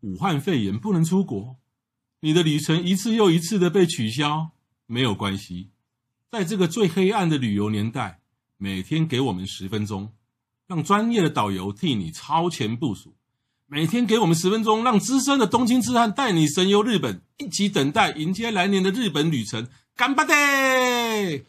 武汉肺炎不能出国，你的旅程一次又一次的被取消，没有关系。在这个最黑暗的旅游年代，每天给我们十分钟，让专业的导游替你超前部署；每天给我们十分钟，让资深的东京之汉带你神游日本，一起等待迎接来年的日本旅程。干巴爹！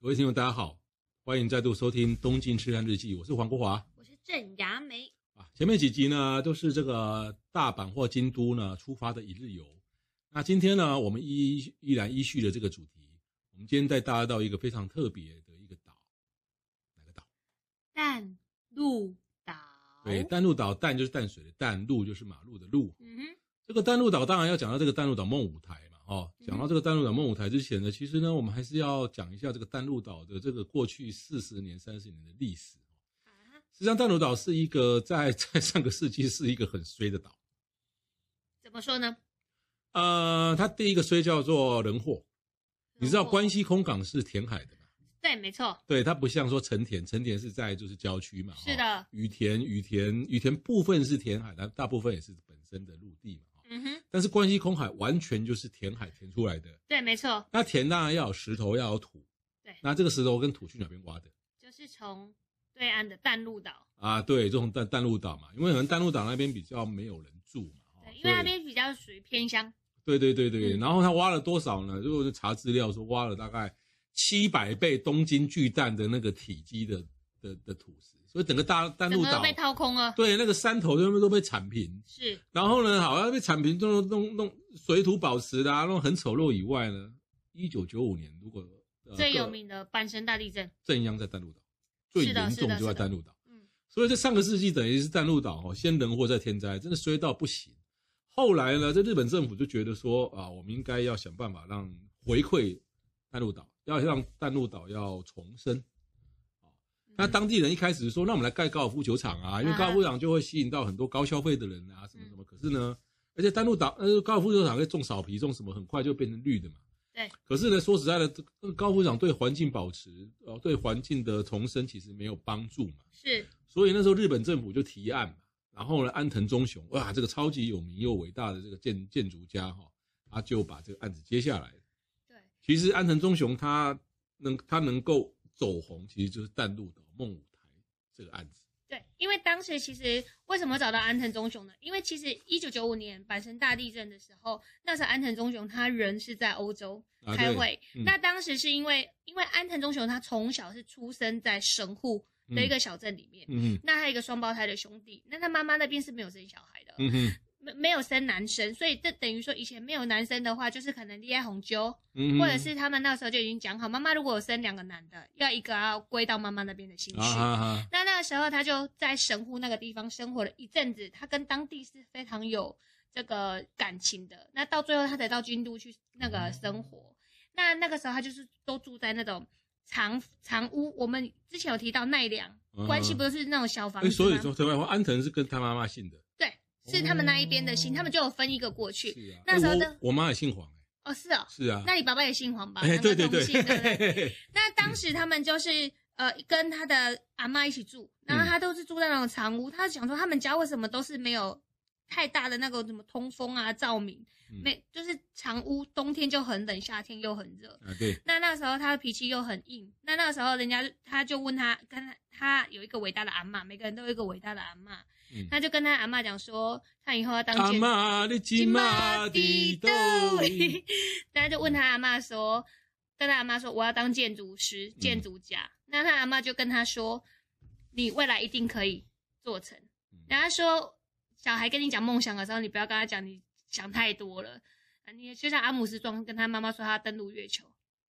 各位听众，大家好，欢迎再度收听《东京吃汉日记》，我是黄国华。我是郑雅梅，啊，前面几集呢都是这个大阪或京都呢出发的一日游。那今天呢，我们依依然依序的这个主题，我们今天带大家到一个非常特别的一个岛，哪个岛？淡路岛。对，淡路岛，淡就是淡水的淡，路就是马路的路。嗯哼，这个淡路岛当然要讲到这个淡路岛梦舞台嘛，哦，嗯讲到这个淡路岛梦舞台之前呢，其实呢，我们还是要讲一下这个淡路岛的这个过去四十年、三十年的历史。啊，实际上，淡路岛是一个在 在上个世纪是一个很衰的岛。怎么说呢？呃，它第一个衰叫做人祸。你知道然后关？西空港是填海的嘛？对，没错，对，它不像说成田，成田是在就是郊区嘛。是哈。的。雨田，雨田，雨田部分是填海，但大部分也是本身的陆地嘛。哈嗯哼，但是关西空海完全就是填海填出来的，对，没错，那填当然要有石头，要有土。对那这个石头跟土去哪边挖的？就是从对岸的淡路岛，啊，对，这种淡淡路岛嘛，因为可能淡路岛那边比较没有人住嘛。哈对，因为所那以边比较属于偏乡。对对对对，嗯然后他挖了多少呢？就是查资料说挖了大概七百倍东京巨蛋的那个体积的的的土石，所以整个大丹整路个岛被掏空了。对那个山头都都被铲平，是，然后呢，好像被铲平弄弄弄水土保持的、啊，弄很丑陋以外呢，一九九五年如果、呃最有各名的阪神大地震。正央在丹路岛，最是的严是的重就是在的丹路岛。嗯，所以这上个世纪等于是淡路岛哦，先人祸再天灾，真的衰到不行。后来呢，这日本政府就觉得说啊，我们应该要想办法让回馈淡路岛，要让淡路岛要重生。那嗯当地人一开始说，那我们来盖高尔夫球场啊，因为啊高尔夫球场就会吸引到很多高消费的人啊，什么什么。可是呢，而且淡路岛呃高尔夫球场会种少皮，种什么很快就变成绿的嘛。对。可是呢，说实在的，这个高尔夫球场对环境保持呃对环境的重生其实没有帮助嘛。是，所以那时候日本政府就提案嘛，然后呢，安藤忠雄哇，这个超级有名又伟大的这个建建筑家哈、他就把这个案子接下来了。对，其实安藤忠雄他能他能够走红，其实就是淡路岛梦舞台这个案子。对，因为当时其实为什么找到安藤忠雄呢？因为其实一九九五年阪神大地震的时候，那时候安藤忠雄他人是在欧洲啊开对会。嗯那当时是因为，因为安藤忠雄他从小是出生在神户的一个小镇里面，嗯那他有一个双胞胎的兄弟，那他妈妈那边是没有生小孩的，嗯哼没没有生男生，所以这等于说以前没有男生的话，就是可能恋爱红揪，嗯哼，或者是他们那时候就已经讲好，妈妈如果有生两个男的，要一个要归到妈妈那边的姓啊氏。哈哈，那那个时候他就在神户那个地方生活了一阵子，他跟当地是非常有这个感情的。那到最后他才到京都去那个生活。那那个时候他就是都住在那种长长屋，我们之前有提到奈良，嗯关系不都是那种小房哎，子所以吗？说，台湾话，安藤是跟他妈妈姓的，对，是他们那一边的姓，哦他们就有分一个过去。是啊，那哎时候我的我妈也姓黄，哎哦，是哦，是啊，那你爸爸也姓黄吧？哎，对对对，他们同姓不对嘿嘿嘿那当时他们就是呃跟他的阿妈一起住，嗯然后他都是住在那种长屋，他想说他们家为什么都是没有太大的那个什么通风啊、照明，嗯没就是长屋，冬天就很冷，夏天又很热。 啊对，那那时候他的脾气又很硬，那那时候人家就他就问他，跟他他有一个伟大的阿妈，每个人都有一个伟大的阿妈，嗯他就跟他阿妈讲说，他以后要当阿建筑妈的金马的豆，大家就问他阿妈说，跟他阿妈说我要当建筑师、嗯建筑家。那他阿妈就跟他说，你未来一定可以做成嗯。然后他说，小孩跟你讲梦想的时候，你不要跟他讲你想太多了。啊你就像阿姆斯壮跟他妈妈说他要登陆月球，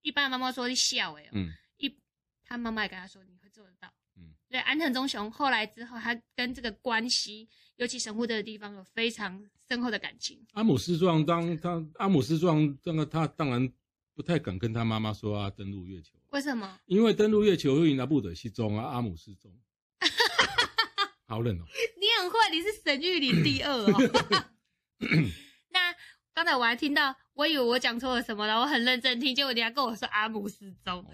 一般的妈妈说你笑哎、嗯一他妈妈也跟他说你会做得到。嗯对，安藤忠雄后来之后，他跟这个关系，尤其神户这个地方有非常深厚的感情。阿姆斯壮当他阿姆斯壮，这个他当然不太敢跟他妈妈说啊，登陆月球，为什么？因为登陆月球会拿不得失踪啊，阿姆斯 壮，好冷哦。你很会，你是神域里第 二哦。那刚才我还听到，我以为我讲错了什么了，我很认真听，结果人家跟我说阿姆斯中。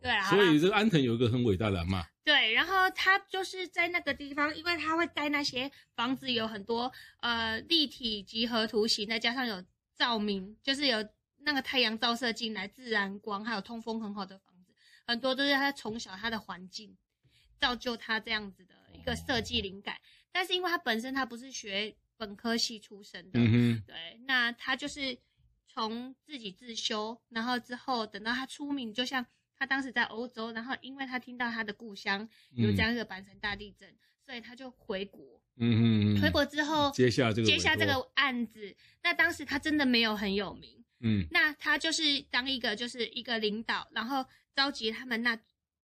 对啊，哦所以这个安藤有一个很伟大的阿妈，对，然后他就是在那个地方，因为他会带那些房子有很多呃立体几何图形，再加上有照明，就是有那个太阳照射进来，自然光，还有通风很好的房子，很多都是他从小他的环境造就他这样子的一个设计灵感。但是因为他本身他不是学本科系出身的，嗯对，啊那他就是从自己自修，然后之后等到他出名，就像他当时在欧洲，然后因为他听到他的故乡哼，嗯有这样一个阪神大地震，所以他就回国。嗯，嗯哼，回国之后接下这个接下委托这个案子，那当时他真的没有很有名，嗯那他就是当一个就是一个领导，然后召集他们那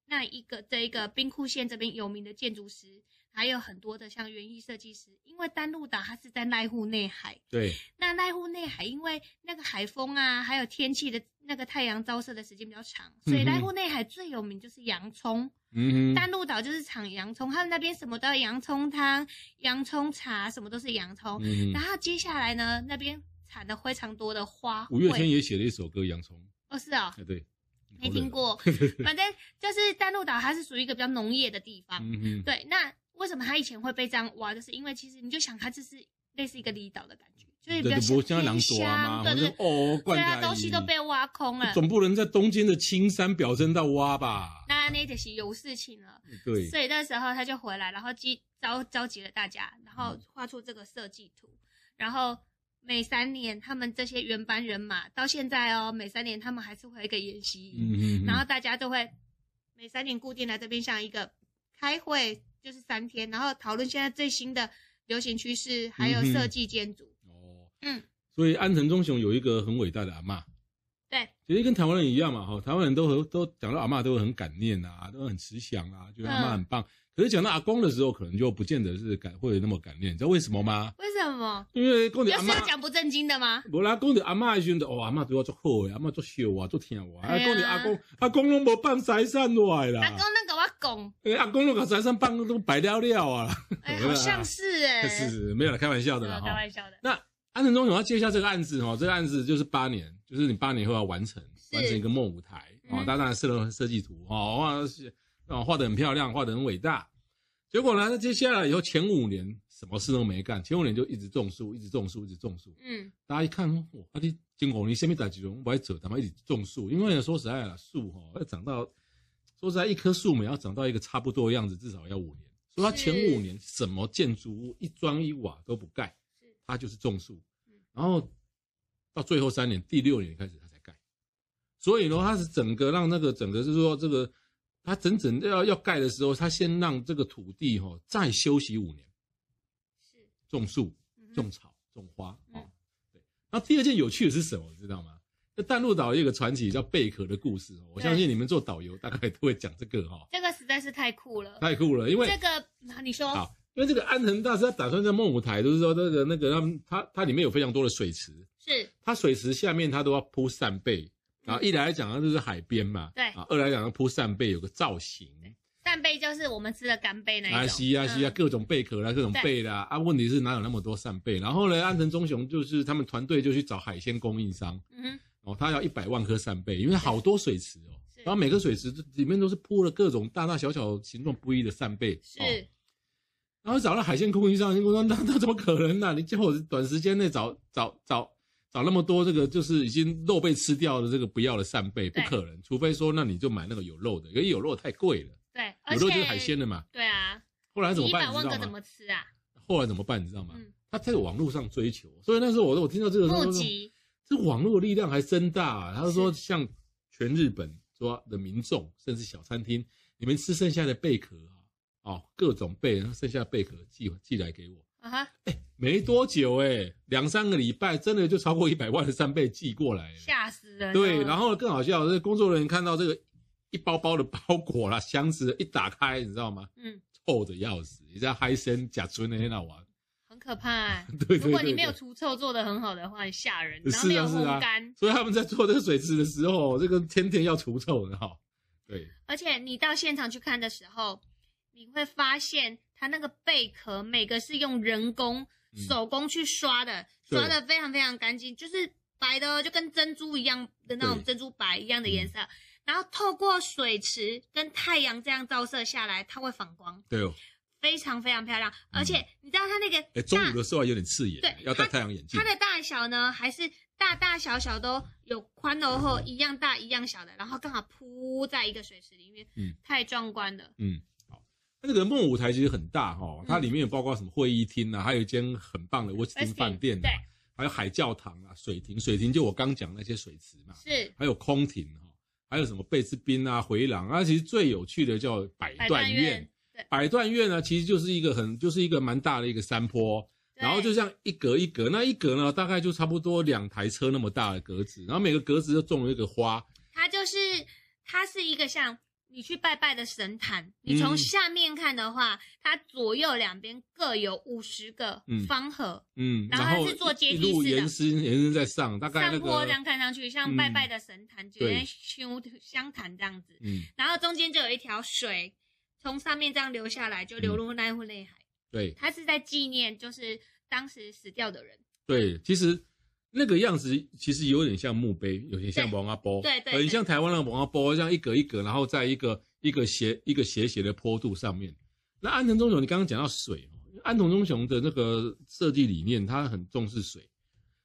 那一个这一个兵库县这边有名的建筑师，还有很多的像园艺设计师，因为丹路岛它是在濑户内海。对，那濑户内海因为那个海风啊，还有天气的那个太阳照射的时间比较长，所以嗯哼濑户内海最有名就是洋葱。嗯哼，丹路岛就是产洋葱，他们那边什么都要洋葱汤、洋葱茶，什么都是洋葱。嗯哦然哼，后接下来呢，那边产的非常多的花卉。五月天也写了一首歌《洋葱》，哦，是哦，哎对，没听过。反正就是丹路岛，它是属于一个比较农业的地方。嗯哼，啊对，那为什么它以前会被这样挖？就是因为其实你就想，它就是类似一个离岛的感觉，就是比较就不像偏狼多啊嘛，乡，反对正对。哦，对灌啊，溉东西都被挖空了。总不能在东京的青山表征到挖吧？那那就是有事情了，对，所以那时候他就回来，然后集召召集了大家，然嗯后画出这个设计图，然后每三年他们这些原班人马到现在哦，每三年他们还是会有一个演习嗯营，哼，然后大家都会每三年固定来这边像一个开会，就是三天，然后讨论现在最新的流行趋势，还有嗯哼设计建筑，哦，嗯，所以安藤忠雄有一个很伟大的阿嬷，对，其实跟台湾人一样嘛，哈，台湾人都很都讲到阿嬷都会很感念啊，都很慈祥啊，觉得阿嬷很嗯棒。可是讲到阿公的时候，可能就不见得是感会有那么感念，你知道为什么吗？为什么？因为公不的要阿是要嬷，讲不正经的吗？无啦，公的阿嬷的时阵，哦，阿嬷对我做好的，阿嬷做秀啊，做听我，啊，哎呀讲的阿公，阿公拢无放财产落来啦阿公，那个我拱，哎阿公拢把财产放都摆了了啊，哎，好像是哎、 嗯啊是是，没有啦，开玩笑的啦，开哈。玩笑的。那安藤忠雄要接下这个案子哦，这个案子就是八年，就是你八年后要完成，是完成一个梦舞台哦，嗯他当然设了设计图哦，画是哦画的很漂亮，画的很伟大。结果呢，接下来以后前五年什么事都没干，前五年就一直种树，一直种树，一直种树。嗯，大家一看，哇，啊、你经过你下面打几种，我还走，他妈一直种树，因为说实在啦，树哈、要长到，说实在，一棵树每要长到一个差不多的样子，至少要五年。所以他是前五年什么建筑物一砖一瓦都不盖是，他就是种树嗯，然后到最后三年，第六年开始他才盖。所以呢，他是整个让那个整个就是说这个，他整整要要盖的时候，他先让这个土地哈、再休息五年，是种树，嗯哼种草、种花嗯哦。对，那第二件有趣的是什么，你知道吗？那淡路岛有一个传奇叫贝壳的故事哦，我对相信你们做导游大概都会讲这个哈、这个实在是太酷了。太酷了，因为这个啊你说好，因为这个安藤大师他打算在梦舞台，就是说那个那个他们他他里面有非常多的水池，是它水池下面它都要铺扇贝，啊，一来讲它就是海边嘛，嗯对啊，二来讲它铺扇贝有个造型，扇贝，就是我们吃的干贝那一种。啊，西啊嗯西啊，各种贝壳啦，各种对贝啦，啊，问题是哪有那么多扇贝？然后呢，安藤忠雄就是他们团队就去找海鲜供应商，嗯哼，哦，他要一百万颗扇贝，因为好多水池哦，是然后每个水池里面都是铺了各种大大小小、形状不一的扇贝，哦是然后找到海鲜供应商，海鲜供应商那那怎么可能呢、你叫我短时间内找找找找那么多这个就是已经肉被吃掉的这个不要的扇贝，不对可能，除非说那你就买那个有肉的，因为有肉太贵了，对，而有且肉就是海鲜的嘛。对啊，后来怎么一办？百你万知个道怎吗？么吃啊？后来怎么办？你知道吗？嗯他在网络上追求，所以那时候我我听到这个时候，我募说集这网络力量还真大、啊。他说像全日本说的民众，甚至小餐厅，你们吃剩下的贝壳啊，哦，各种贝，然后剩下的贝壳寄寄来给我。啊哈，没多久哎、两三个礼拜，真的就超过一百万的扇贝寄过来了。嗯吓死人了。哦对，然后更好笑，这工作人员看到这个一包包的包裹啦、箱子一打开，你知道吗？嗯，臭的要死，你知道嗨森甲村的那玩， 很可怕哎。对对对如果你没有对除臭做得很好的话，很吓人。是啊然后没有是啊烘干，所以他们在做这个水池的时候，这个天天要除臭的哈。对，而且你到现场去看的时候，你会发现它那个贝壳每个是用人工嗯手工去刷的，对刷哦的非常非常干净，就是白的，就跟珍珠一样的那种对嗯珍珠白一样的颜色。然后透过水池跟太阳这样照射下来，它会反光，对哦，非常非常漂亮。而且你知道它那个嗯哎，中大午的时候还有点刺眼，对要戴它太阳眼镜它。的大小呢，还是大大小小都有宽厚厚一样大一样小的，然后刚好铺在一个水池里面，嗯太壮观了。嗯，好，那这个梦舞台其实很大哈、哦，它嗯里面有包括什么会议厅啊，还有一间很棒的威斯汀饭店啊对，，还有海教堂啊，水亭，水亭就我刚讲那些水池嘛，是还有空艇哈、哦，还有什么贝斯宾啊、回廊啊，其实最有趣的叫百百段段院院。，对，百段院呢，其实就是一个很就是一个蛮大的一个山坡，然后就对像一格一格，那一格呢大概就差不多两台车那么大的格子，然后每个格子都种了一个花，它就是它是一个像你去拜拜的神坛，你从嗯下面看的话，它左右两边各有五十个嗯方盒，嗯，然后它然后是做阶一梯路式的延伸延伸在上，大概那上坡个嗯这样看上去像拜拜的神坛，就对像修香坛这样子，嗯。然后中间就有一条水从上面这样流下来，嗯就流入奈湖内海。对它是在纪念，就是当时死掉的人。对，其实那个样子其实有点像墓碑，有点像对王阿波，对对很对像台湾的王阿波，这样一格一格，然后在一个一个斜一个斜斜的坡度上面。那安藤忠雄，你刚刚讲到水哦，安藤忠雄的那个设计理念，他很重视水，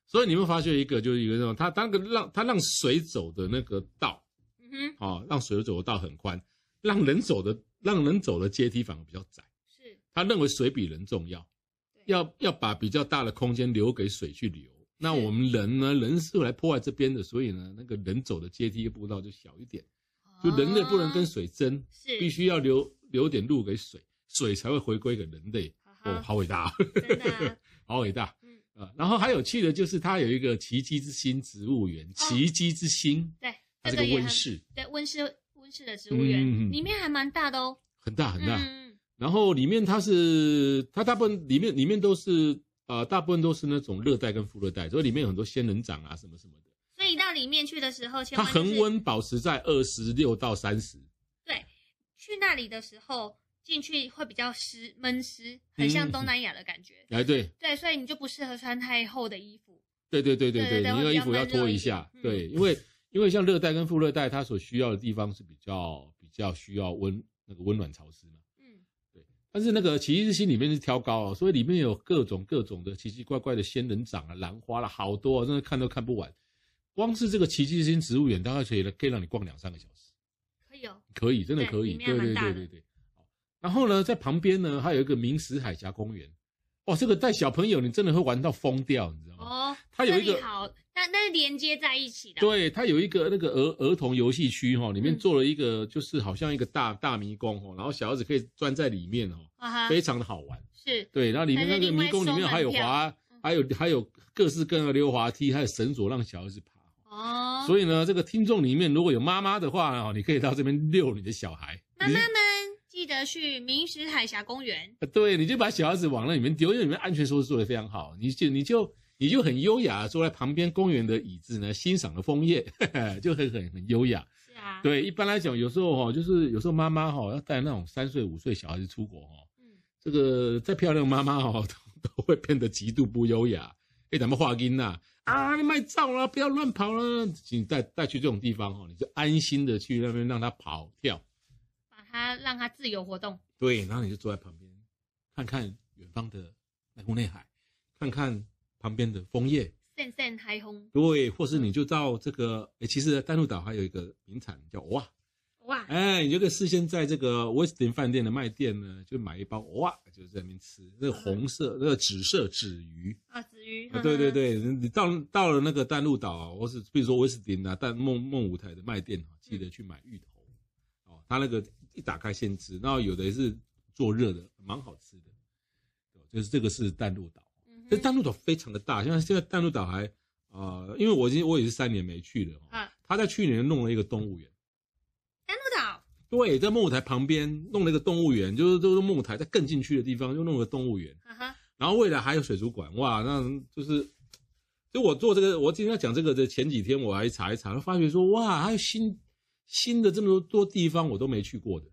所以你会发现一个就是一个那种他他那个让他让水走的那个道嗯哼，啊、哦让水走的道很宽，让人走的让人走的阶梯反而比较窄。是他认为水比人重要，对要要把比较大的空间留给水去流。那是我们人呢，人是来破坏这边的，所以呢，那个人走的阶梯步道就小一点，就人类不能跟哦水争，是必须要留留点路给水，水才会回归给人类。哦，啊哈好伟大啊， 真的啊好伟大。嗯啊，然后还有趣的就是它有一个奇迹之心植物园，奇迹之心，对， 它哦这是个个也温很室，对温室温室的植物园、嗯嗯嗯里面还蛮大的哦，很大很大。嗯，然后里面它是它大部分里面里面都是呃大部分都是那种热带跟副热带，所以里面有很多仙人掌啊什么什么的。所以到里面去的时候，千它万、就是、恒温保持在二十六到三十，去那里的时候进去会比较湿闷湿，很像东南亚的感觉。哎对对，所以你就不适合穿太厚的衣服。对对对对对对你对那个会衣比服较要闷热脱一一点下，嗯对，因为因为像热带跟副热带它所需要的地方是比较比较需要温那个温暖潮湿嘛。嗯，但是那个奇异之心里面是挑高哦，所以里面有各种各种的奇奇怪怪的仙人掌啊、兰花啦、好多、哦，真的看都看不完。光是这个奇迹之心植物园，大概可以可以让你逛两三个小时。可以哦。可以，真的对可以，里对面还对蛮大对对的对。好然后呢，在旁边呢，还有一个明石海峡公园，哇，这个带小朋友你真的会玩到疯掉，你知道吗？哦，嗯它有一个这里好，那那是连接在一起的。，对，它有一个那个儿儿童游戏区哈、哦，里面嗯做了一个就是好像一个大大迷宫哦，然后小孩子可以钻在里面哦，啊哈，非常的好玩。是对，然后里面但那是个另外迷宫里面收门还有票嗯滑，还有还有各式各样的溜滑梯，还有绳索让小孩子爬。哦。所以呢，这个听众里面如果有妈妈的话哦，你可以到这边遛你的小孩。妈你妈是们记得去明石海峡公园。啊对，你就把小孩子往那里面丢，因为里面安全措施做得非常好，你就你就你就很优雅地坐在旁边公园的椅子呢，欣赏了枫叶， 就很很很优雅。是啊，，对，一般来讲，有时候哈、哦，就是有时候妈妈哈、哦、要带那种三岁五岁小孩子出国哦，嗯，这个再漂亮的妈妈哦都 都会变得极度不优雅。哎，咱们话音呐啊，你卖照啦，不要乱跑啦，请带带去这种地方哦，你就安心的去那边让他跑跳，把它让它自由活动。对，然后你就坐在旁边，看看远方的濑户内海，看看旁边的枫叶，散散嗨轰，对，或是你就到这个，诶其实丹路岛还有一个名产叫蚵啊，哇，哎，你就可以事先在这个威斯汀饭店的卖店呢，就买一包蚵啊，就在那边吃，那个红色、那个紫色纸鱼，二子鱼，啊对对，对，你到到了那个丹路岛啊，或是比如说威斯汀啊、但梦梦舞台的卖店啊，记得去买芋头哦，它那个一打开现吃，然后有的是做热的，蛮好吃的。哦就是这个是丹路岛，嗯这哼丹路岛非常的大，现在现在丹路岛还呃，因为我已经我也是三年没去了哦啊，他在去年弄了一个动物园。丹路岛，对，在梦舞台旁边弄了一个动物园，就是就是梦舞台在更进去的地方又弄了动物园，哈哈，然后未来还有水族馆，哇，那就是，就我做这个，我今天要讲这个的前几天，我还查一查，发觉说，哇，还有新新的这么多地方我都没去过的。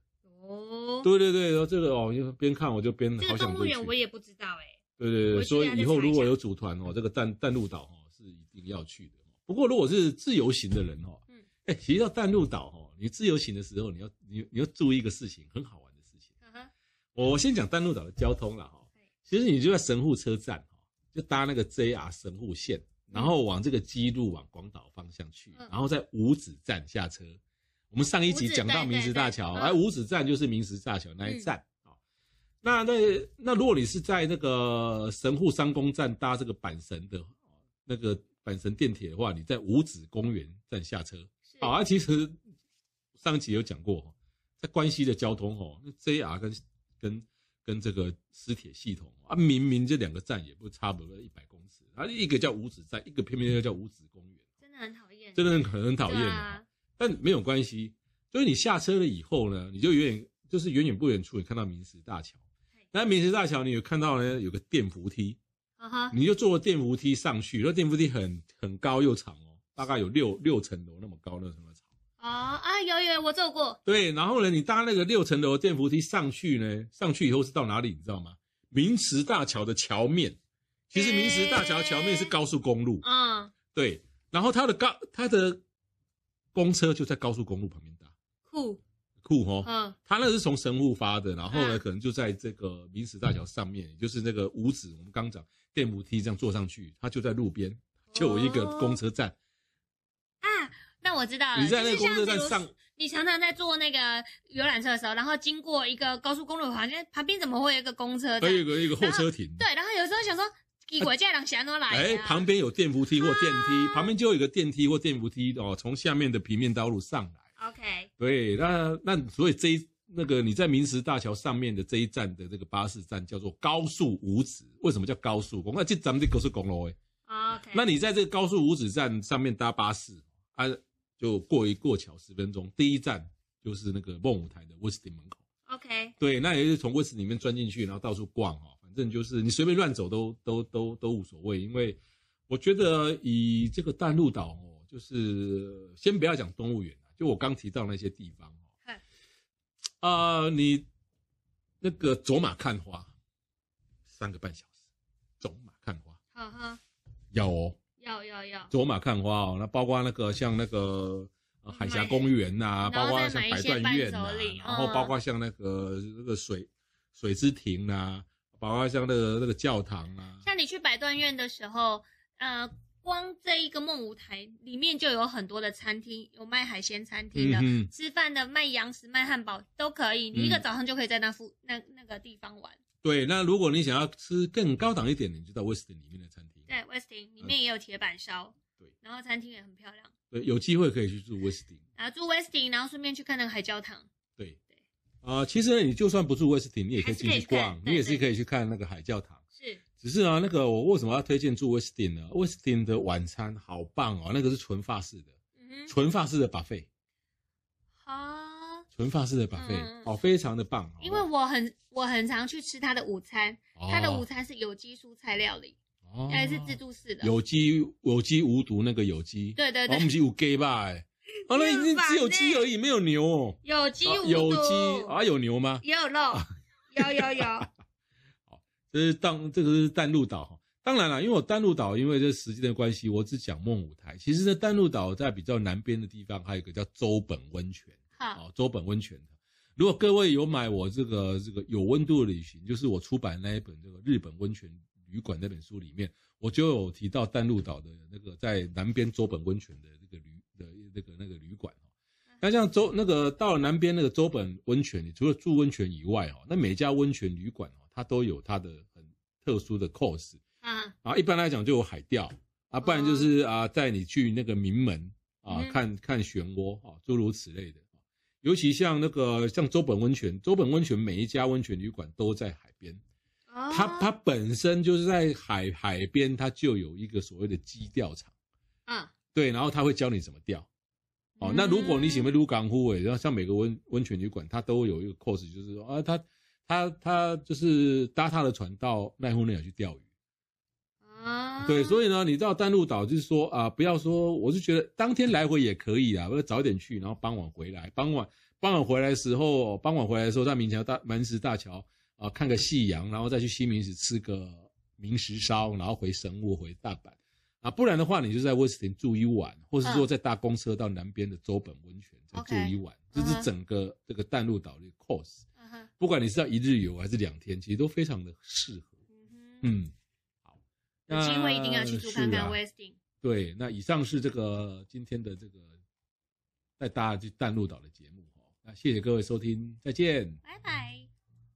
哦，对对对，然后这个哦，就边看我就边这好个想动过物去。园我也不知道哎，对对对，我所现在以以在后查一如果下有组团哦，这个淡淡路岛哦是一定要去的。不过如果是自由行的人哦，嗯哎，其实到淡路岛哦，你自由行的时候，你要你你要注意一个事情，很好玩的事情。嗯哼，我我先讲丹路岛的交通了哈对，其实你就在神户车站哈，就搭那个 JR 神户线，然后往这个基路往广岛方向去，嗯然后在五指站下车。我们上一集讲到明石大桥，五指哎，站对对对嗯嗯五指站就是明石大桥那一站啊。那那那如果你是在那个神户商工站搭这个阪神的那个阪神电铁的话，你在五指公园站下车，是好、啊，其实上集有讲过哦，在关西的交通哦，那 JR 跟跟跟这个私铁系统哦啊，明明这两个站也不差不多一百公尺，啊，一个叫五指站，一个偏偏又叫五指公园，真的很讨厌，真的很很很讨厌对的、啊但没有关系，就是你下车了以后呢，你就远远就是远远不远处，你看到明石大桥嘿。那明石大桥，你有看到呢？有个电扶梯，啊哈，你就坐电扶梯上去。那电扶梯很很高又长哦，大概有六六层楼那么高，那么长。哦啊，有有，我做过，对，然后呢，你搭那个六层楼电扶梯上去呢，上去以后是到哪里，你知道吗？明石大桥的桥面，其实明石大桥桥面是高速公路，嗯，对，然后它的高它的公车就在高速公路旁边搭，酷，酷哦。嗯，它那个是从神户发的，然后呢，嗯可能就在这个明石大桥上面，也就是那个五指，我们刚讲电扶梯这样坐上去，它就在路边，就有一个哦公车站。啊，那我知道了。你在那个就是公车像站比如上，你常常在坐那个游览车的时候，然后经过一个高速公路，好像旁边怎么会有一个公车还站？有一个一个候车亭。对，然后有时候想说，奇怪，这人想怎么来、啊？哎，旁边有电扶梯或电梯，旁边就有一个电梯或电扶梯哦，从下面的平面道路上来。 OK，对，那那所以这一那个你在明石大桥上面的这一站的这个巴士站叫做高速五指，为什么叫高速公路？那这咱们这高速公路哎， OK，那你在这个高速五指站上面搭巴士啊，就过一过桥十分钟，第一站就是那个梦舞台的威斯汀门口。 OK，对，那也是从 w 室里面钻进去，然后到处逛哦，反正就是你随便乱走都都都都无所谓，因为我觉得以这个淡路岛哦，就是先不要讲动物园啊，就我刚提到那些地方嗨哦，啊，你那个走马看花三个半小时，走马看花好好，要哦，要要要，走马看花哦，那包括那个像那个。呃海峡公园呐、然包后括再像买一百些段伴苑手呐、礼然后嗯包括像那个那个水水之亭呐、包括像那个那个教堂啊，像你去百段院的时候，呃。光这一个梦舞台里面就有很多的餐厅，有卖海鲜餐厅的，嗯哼吃饭的卖洋食、卖汉堡都可以。你一个嗯早上就可以在那附、那那个地方玩。对。那如果你想要吃更高档一点，你就到 Westin 里面的餐厅，对，Westin 里面也有铁板烧，嗯对，然后餐厅也很漂亮。对，有机会可以去住 Westin。然后住 Westin，然后顺便去看那个海教堂。对对，啊、其实呢，你就算不住 Westin，你也可以还是进可以去去逛看，你也是对对可以去看那个海教堂。是，只是啊，那个我为什么要推荐住 Westin 呢？Westin 的晚餐好棒哦，那个是纯法式的，嗯哼，纯法式的 buffet。好，纯法式的 buffet，、嗯嗯嗯哦，非常的棒。因为我很我很常去吃他的午餐，他的午餐是有机蔬菜料理，哦而且是自助式的。有机有机无毒那个有机，对对哦，我对，们是有 gay 吧？哎， 哦，那已经只有鸡而已，没有牛哦。有机啊无有毒鸡啊，有牛吗？也有肉，啊有有有，这是当这个是淡路岛哈。当然了，因为我淡路岛，因为这时间的关系，我只讲梦舞台。其实呢，淡路岛在比较南边的地方，还有一个叫周本温泉。 好，哦，周本温泉的。如果各位有买我这个这个有温度的旅行，就是我出版那一本这个日本温泉旅馆那本书里面，我就有提到淡路岛的那个在南边周本温泉的那个旅的那个那个旅馆哦。那像周那个到了南边那个周本温泉，你除了住温泉以外哦，那每家温泉旅馆哦，它都有它的很特殊的 cos 嗯，啊。一般来讲就有海钓啊，不然就是啊带你去那个名门啊哦嗯看看漩涡啊，诸如此类的。尤其像那个像周本温泉，周本温泉每一家温泉旅馆都在海边，哦它它本身就是在海海边，它就有一个所谓的基钓场，嗯，对，然后他会教你怎么钓。哦，那嗯如果你喜欢撸港湖尾，然后像每个温温泉旅馆，它都有一个 course，就是说啊，他他他就是搭他的船到奈户内海去钓鱼。啊，对，以所以呢，你到淡路岛就是说啊、不要说，我是觉得当天来回也可以啊，或者早点去，然后傍晚回来，傍晚傍晚回来的时候，傍晚回来的时候在明桥大蛮石大桥啊、看个夕阳，然后再去西明石吃个明石烧，然后回神户回大阪。啊，不然的话，你就在威斯汀住一晚，或是说嗯再搭公车到南边的州本温泉再住 OK 一晚，这嗯是哼整个这个淡路岛的 course。嗯哼，不管你是要一日游还是两天，其实都非常的适合。嗯哼，嗯，好，有机会一定要去住看是看啊威斯汀。对，那以上是这个今天的这个带大家去淡路岛的节目哦。那谢谢各位收听，再见。拜拜。